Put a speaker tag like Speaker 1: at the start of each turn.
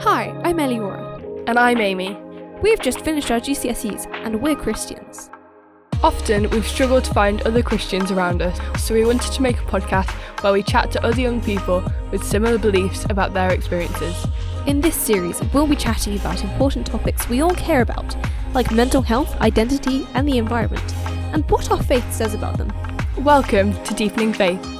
Speaker 1: Hi, I'm Eliora.
Speaker 2: And I'm Amy.
Speaker 1: We've just finished our GCSEs and we're Christians.
Speaker 2: Often we've struggled to find other Christians around us, so we wanted to make a podcast where we chat to other young people with similar beliefs about their experiences.
Speaker 1: In this series, we'll be chatting about important topics we all care about, like mental health, identity, and the environment, and what our faith says about them.
Speaker 2: Welcome to Deepening Faith.